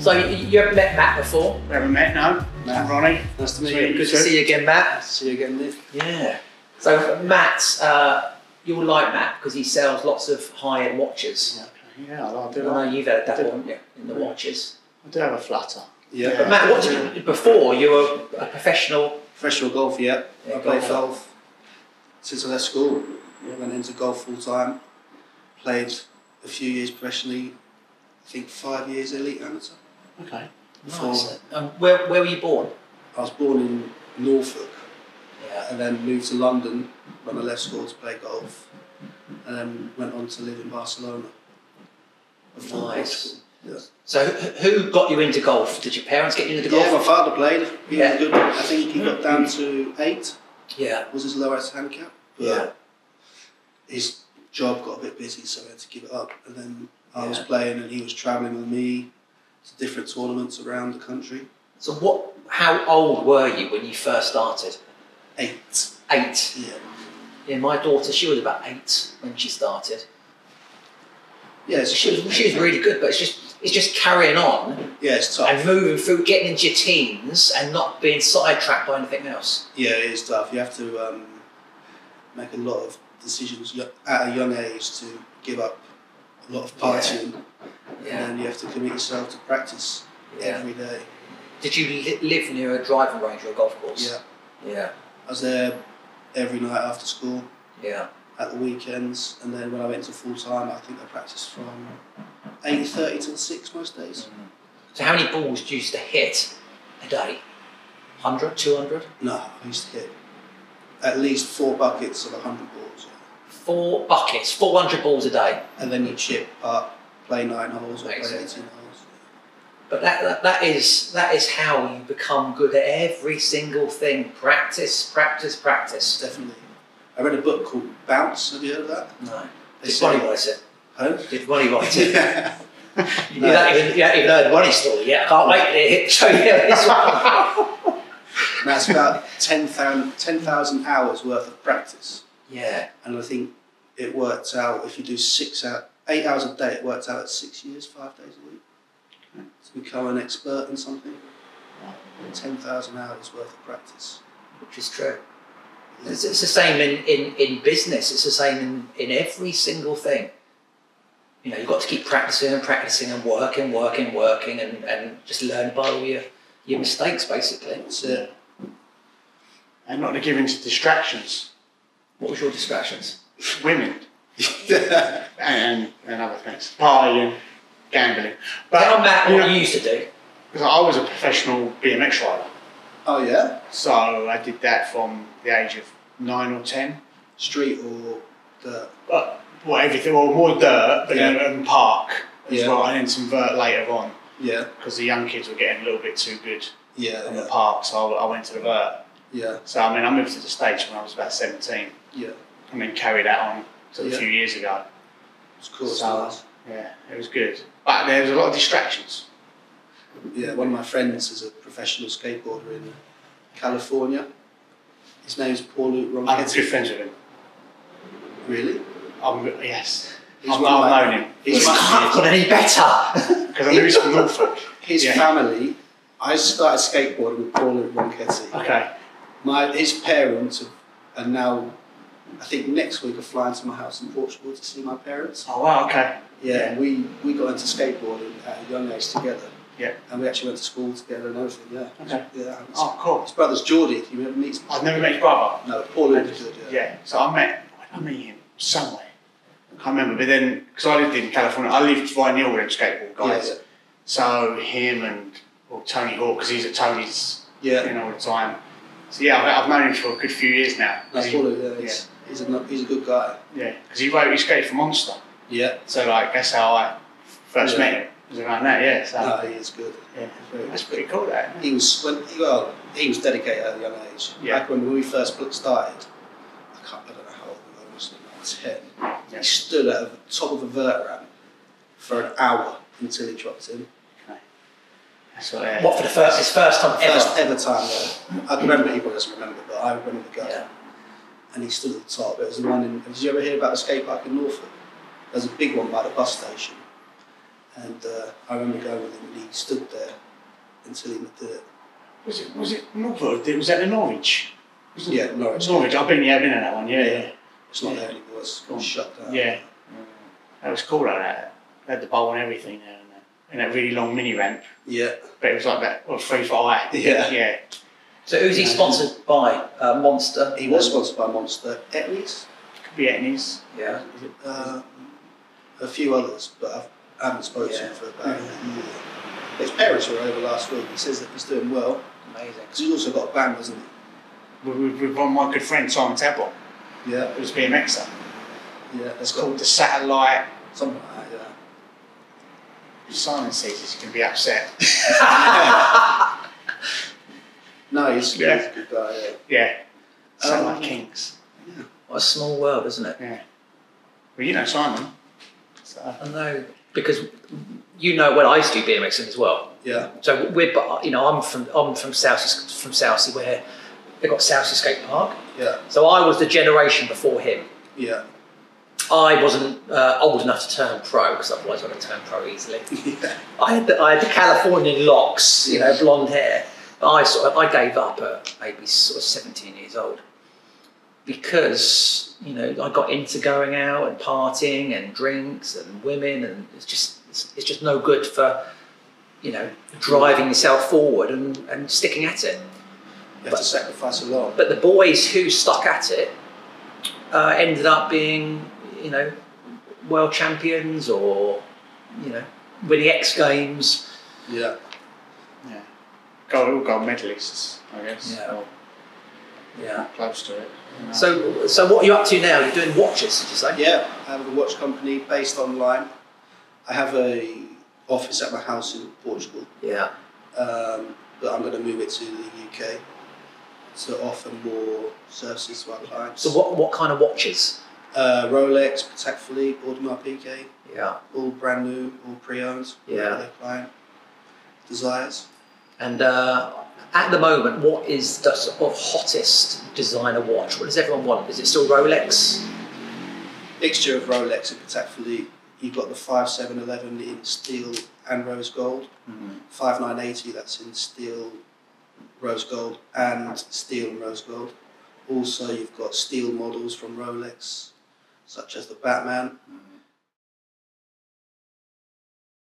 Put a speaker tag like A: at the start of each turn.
A: So you haven't met Matt before.
B: We haven't met, no.
C: Matt.
B: Ronnie.
C: Nice to meet
B: Sweet,
C: you.
A: Good to see you again, Matt.
C: See you again, Nick.
A: Yeah. So Matt, uh, you'll like Matt because he sells lots of high-end watches.
B: Yeah, I like- I
A: I
B: do,
A: know
B: like,
A: you've had a
B: Yeah.
A: dabble haven't you, in the watches.
B: I do have a flutter.
C: Yeah.
B: Yeah.
A: But Matt, what did you, before you were a professional.
C: Professional golf, yeah.
A: Yeah,
C: I played
A: golfer.
C: golf since I left school. Went into golf full time. Played a few years professionally. I think five years elite amateur.
B: Okay.
C: Before-
A: Nice. Um, where, where were you born?
C: I was born in Norfolk
A: Yeah.
C: and then moved to London when I left school to play golf. And then went on to live in Barcelona. Before
A: Nice.
C: Portugal.
A: So wh- who got you into golf? Did your parents get you into
C: Yeah. yeah, my
A: golf?
C: father played. He was
A: Yeah.
C: good. I think he got down to eight.
A: Yeah.
C: was his lowest handicap. But
A: Yeah.
C: His job got a bit busy, so he had to give it up. And then I was
A: Yeah.
C: playing, and he was travelling with me to different tournaments around the country.
A: So what? How old were you when you first started?
C: Eight.
A: Eight.
C: Yeah.
A: Yeah, my daughter, she was about eight when she started.
C: Yeah, it's,
A: She was, she was really good, but it's just it's just carrying on
C: yeah, it's tough.
A: and moving through, getting into your teens, and not being sidetracked by anything else.
C: Yeah, it is tough. You have to um, make a lot of decisions yo- at a young age to give up a lot of partying, and then you have to commit yourself to practice every day.
A: Did you li- live near a driving range or a golf course?
C: Yeah,
A: Yeah. Yeah.
C: I was there every night after school.
A: Yeah.
C: at the weekends, and then when I went to full time, I think I practiced from eight thirty till six most days.
A: So how many balls do you used to hit a day? 100, 200?
C: No, I used to hit at least four buckets of hundred balls,
A: Four buckets, 400 balls a day.
C: and then you chip up, play nine holes or play
A: Amazing.
C: eighteen holes.
A: But that, that, that is that is how you become good at every single thing. Practice, practice, practice.
C: Definitely. I read a book called Bounce. Have you heard of that?
A: No.
C: They
A: Did
C: say-
A: Ronnie write it?
C: Huh?
A: Did Ronnie write it?
C: Yeah.
A: You haven't even, you haven't even heard Ronnie's story yet. I can't wait to hit, show you this one.
C: That's about 10,000 10,000 hours worth of practice.
A: yeah.
C: And I think it works out if you do six out eight hours a day, it works out at six years, five days a week. To become an expert in something. Ten thousand hours worth of practice.
A: Which is true. It's, it's the same in, in, in business. It's the same in, in every single thing. You know, you've got to keep practicing and practicing and working, working, working, and, and just learn by all your, your mistakes, basically.
C: That's it.
B: And not to give in to distractions.
A: What was your distractions?
B: Women and, and other things. Partying, gambling. But
A: Tell Matt
B: you
A: what
B: know,
A: you used to do.
B: 'cause I was a professional BMX rider.
C: oh yeah?
B: So I did that from the age of nine or ten.
C: Street or the
B: But well, everything, well, more dirt, but then and park as
C: Yeah.
B: well, and then some vert later on
C: Yeah.
B: because the young kids were getting a little bit too good
C: Yeah.
B: on the
C: Yeah.
B: park. So I I went to the vert.
C: Yeah.
B: So I mean, I moved to the states when I was about seventeen,
C: yeah.
B: and then carried that on to
C: Yeah.
B: a few years ago.
C: It's cool. it's
B: So-
C: nice.
B: Yeah, it was good, but there was a lot of distractions.
C: Yeah, one of my friends is a professional skateboarder in California. His name's Paul Luke
B: I'm good
C: Ronchetti.
B: friends with him.
C: Really?
B: I'm, yes,
C: He's
B: I've,
C: one of my-
B: I've known him
C: He's
A: It's
C: my-
A: not got any better.
B: because I knew he's from Norfolk.
C: His
B: Yeah.
C: family, I started skateboarding with Paul Luke Ronchetti.
B: Okay,
C: My his parents are now, I think next week are flying to my house in Portugal to see my parents.
B: oh wow, okay,
C: Yeah,
B: Yeah.
C: and we we got into skateboarding at a young age together.
B: Yeah.
C: and we actually went to school together and everything. Yeah,
B: Okay.
C: yeah. and
B: oh cool.
C: His brother's Geordie. If you ever meet him,
B: I've never met his brother.
C: no, Paul
B: I
C: Luke
B: just-
C: did. Yeah.
B: Yeah, so I met, I met him somewhere. I can't remember, but then, because I lived in California, I lived right near all them skateboard guys.
C: Yeah,
B: So him and, or Tony Hawk, because he's at Tony's
C: yeah.
B: in all the time. So yeah, I've, I've known him for a good few years now. 'Cause
C: That's
B: he-
C: Paul Luke. Yeah, he's, he's a no- he's a good guy.
B: Yeah, because he wrote, he skated for Monster.
C: Yeah,
B: So like, that's how I first
C: Yeah.
B: met him, was around that, yeah. So
C: no, he is good.
B: Yeah.
C: He's very
B: that's
C: good.
B: pretty cool, that.
C: He was when well, he was dedicated at a young age.
B: Yeah.
C: Back when we first started, I can't, I don't know how old I was. I was ten.
B: Yeah.
C: He stood at the top of a vert ramp for an hour until he dropped in.
B: That's what, yeah.
A: what for the first, his first time ever?
C: First ever time there. I can remember he probably doesn't remember, but I remember the guy.
A: Yeah.
C: And he stood at the top. It was the one in. Did you ever hear about the skate park in Norfolk? There's a big one by the bus station. And uh, I remember going with him and he stood there until he did it.
B: Was it was it Norwood? It was at the Norwich. Wasn't
C: Yeah,
B: it?
C: Norwich.
B: Norwich. I've been yeah, I've been at that one. Yeah,
C: Yeah.
B: yeah.
C: It's not there anymore, it's
B: Gone.
C: shut down.
B: Yeah. That was cool. Like that. They had the bowl and everything there, and that, and that really long mini ramp.
C: Yeah.
B: But it was like that, or three foot high.
C: Yeah.
B: Yeah.
A: So who's he sponsored by? Uh, Monster.
C: He was sponsored by Monster Etnies,
B: Could be Etnies.
A: Yeah.
C: um, a few others, but I've, I haven't spoken to
A: Yeah.
C: him for about a year. His parents were over last week. He says that he's doing well
A: Amazing.
C: because he's also got a band, hasn't
B: With, with, with one of my good friends, Simon Tabot,
C: he? Yeah,
B: who was a BMXer.
C: yeah. That's
B: It's
C: cool.
B: called the Satellite.
C: Something like that.
B: Simon says he's going to be upset.
C: No, he's, he's
B: Yeah.
C: a good guy. Yeah.
B: Yeah. Satellite
C: Um,
B: Kings.
A: What a small world, isn't it?
B: Well, you know Simon. So,
A: I know because you know well I used to do BMXing as well.
C: Yeah,
A: So we're, but you know, I'm from I'm from South from Southsea where they got Southsea Skate Park.
C: yeah,
A: So I was the generation before him.
C: yeah,
A: I wasn't uh, old enough to turn pro because otherwise I'd have turned pro easily.
C: yeah.
A: I had the, I had the Californian locks, you know, blonde hair. But I sort of, I gave up at maybe sort of 17 years old because you know I got into going out and partying and drinks and women and it's just it's, it's just no good for you know driving yourself forward and, and sticking at it.
C: You have to sacrifice a lot.
A: But the boys who stuck at it uh, ended up being, you know, world champions or, you know, winning X Games.
C: Yeah,
B: yeah. Gold, all gold medalists, I guess.
A: Yeah.
B: Or
A: Yeah.
B: close to it. you know.
A: So, so what are you up to now? You're doing watches, did you say?
C: yeah. I have a watch company based online. I have a office at my house in Portugal.
A: Yeah.
C: um, but I'm going to move it to the UK to offer more services to our clients.
A: So, what what kind of watches?
C: Uh, Rolex, Patek Philippe, Audemars Piguet,
A: Yeah.
C: all brand new, all pre-owned.
A: Yeah.
C: Their client desires.
A: And uh, at the moment, what is the sort of hottest designer watch? What does everyone want? Is it still Rolex?
C: Mixture of Rolex and Patek Philippe. You've got the 5711 in steel and rose gold.
B: Mm.
C: 5980 that's in steel, rose gold, and steel and rose gold. Also, you've got steel models from Rolex, such as the Batman.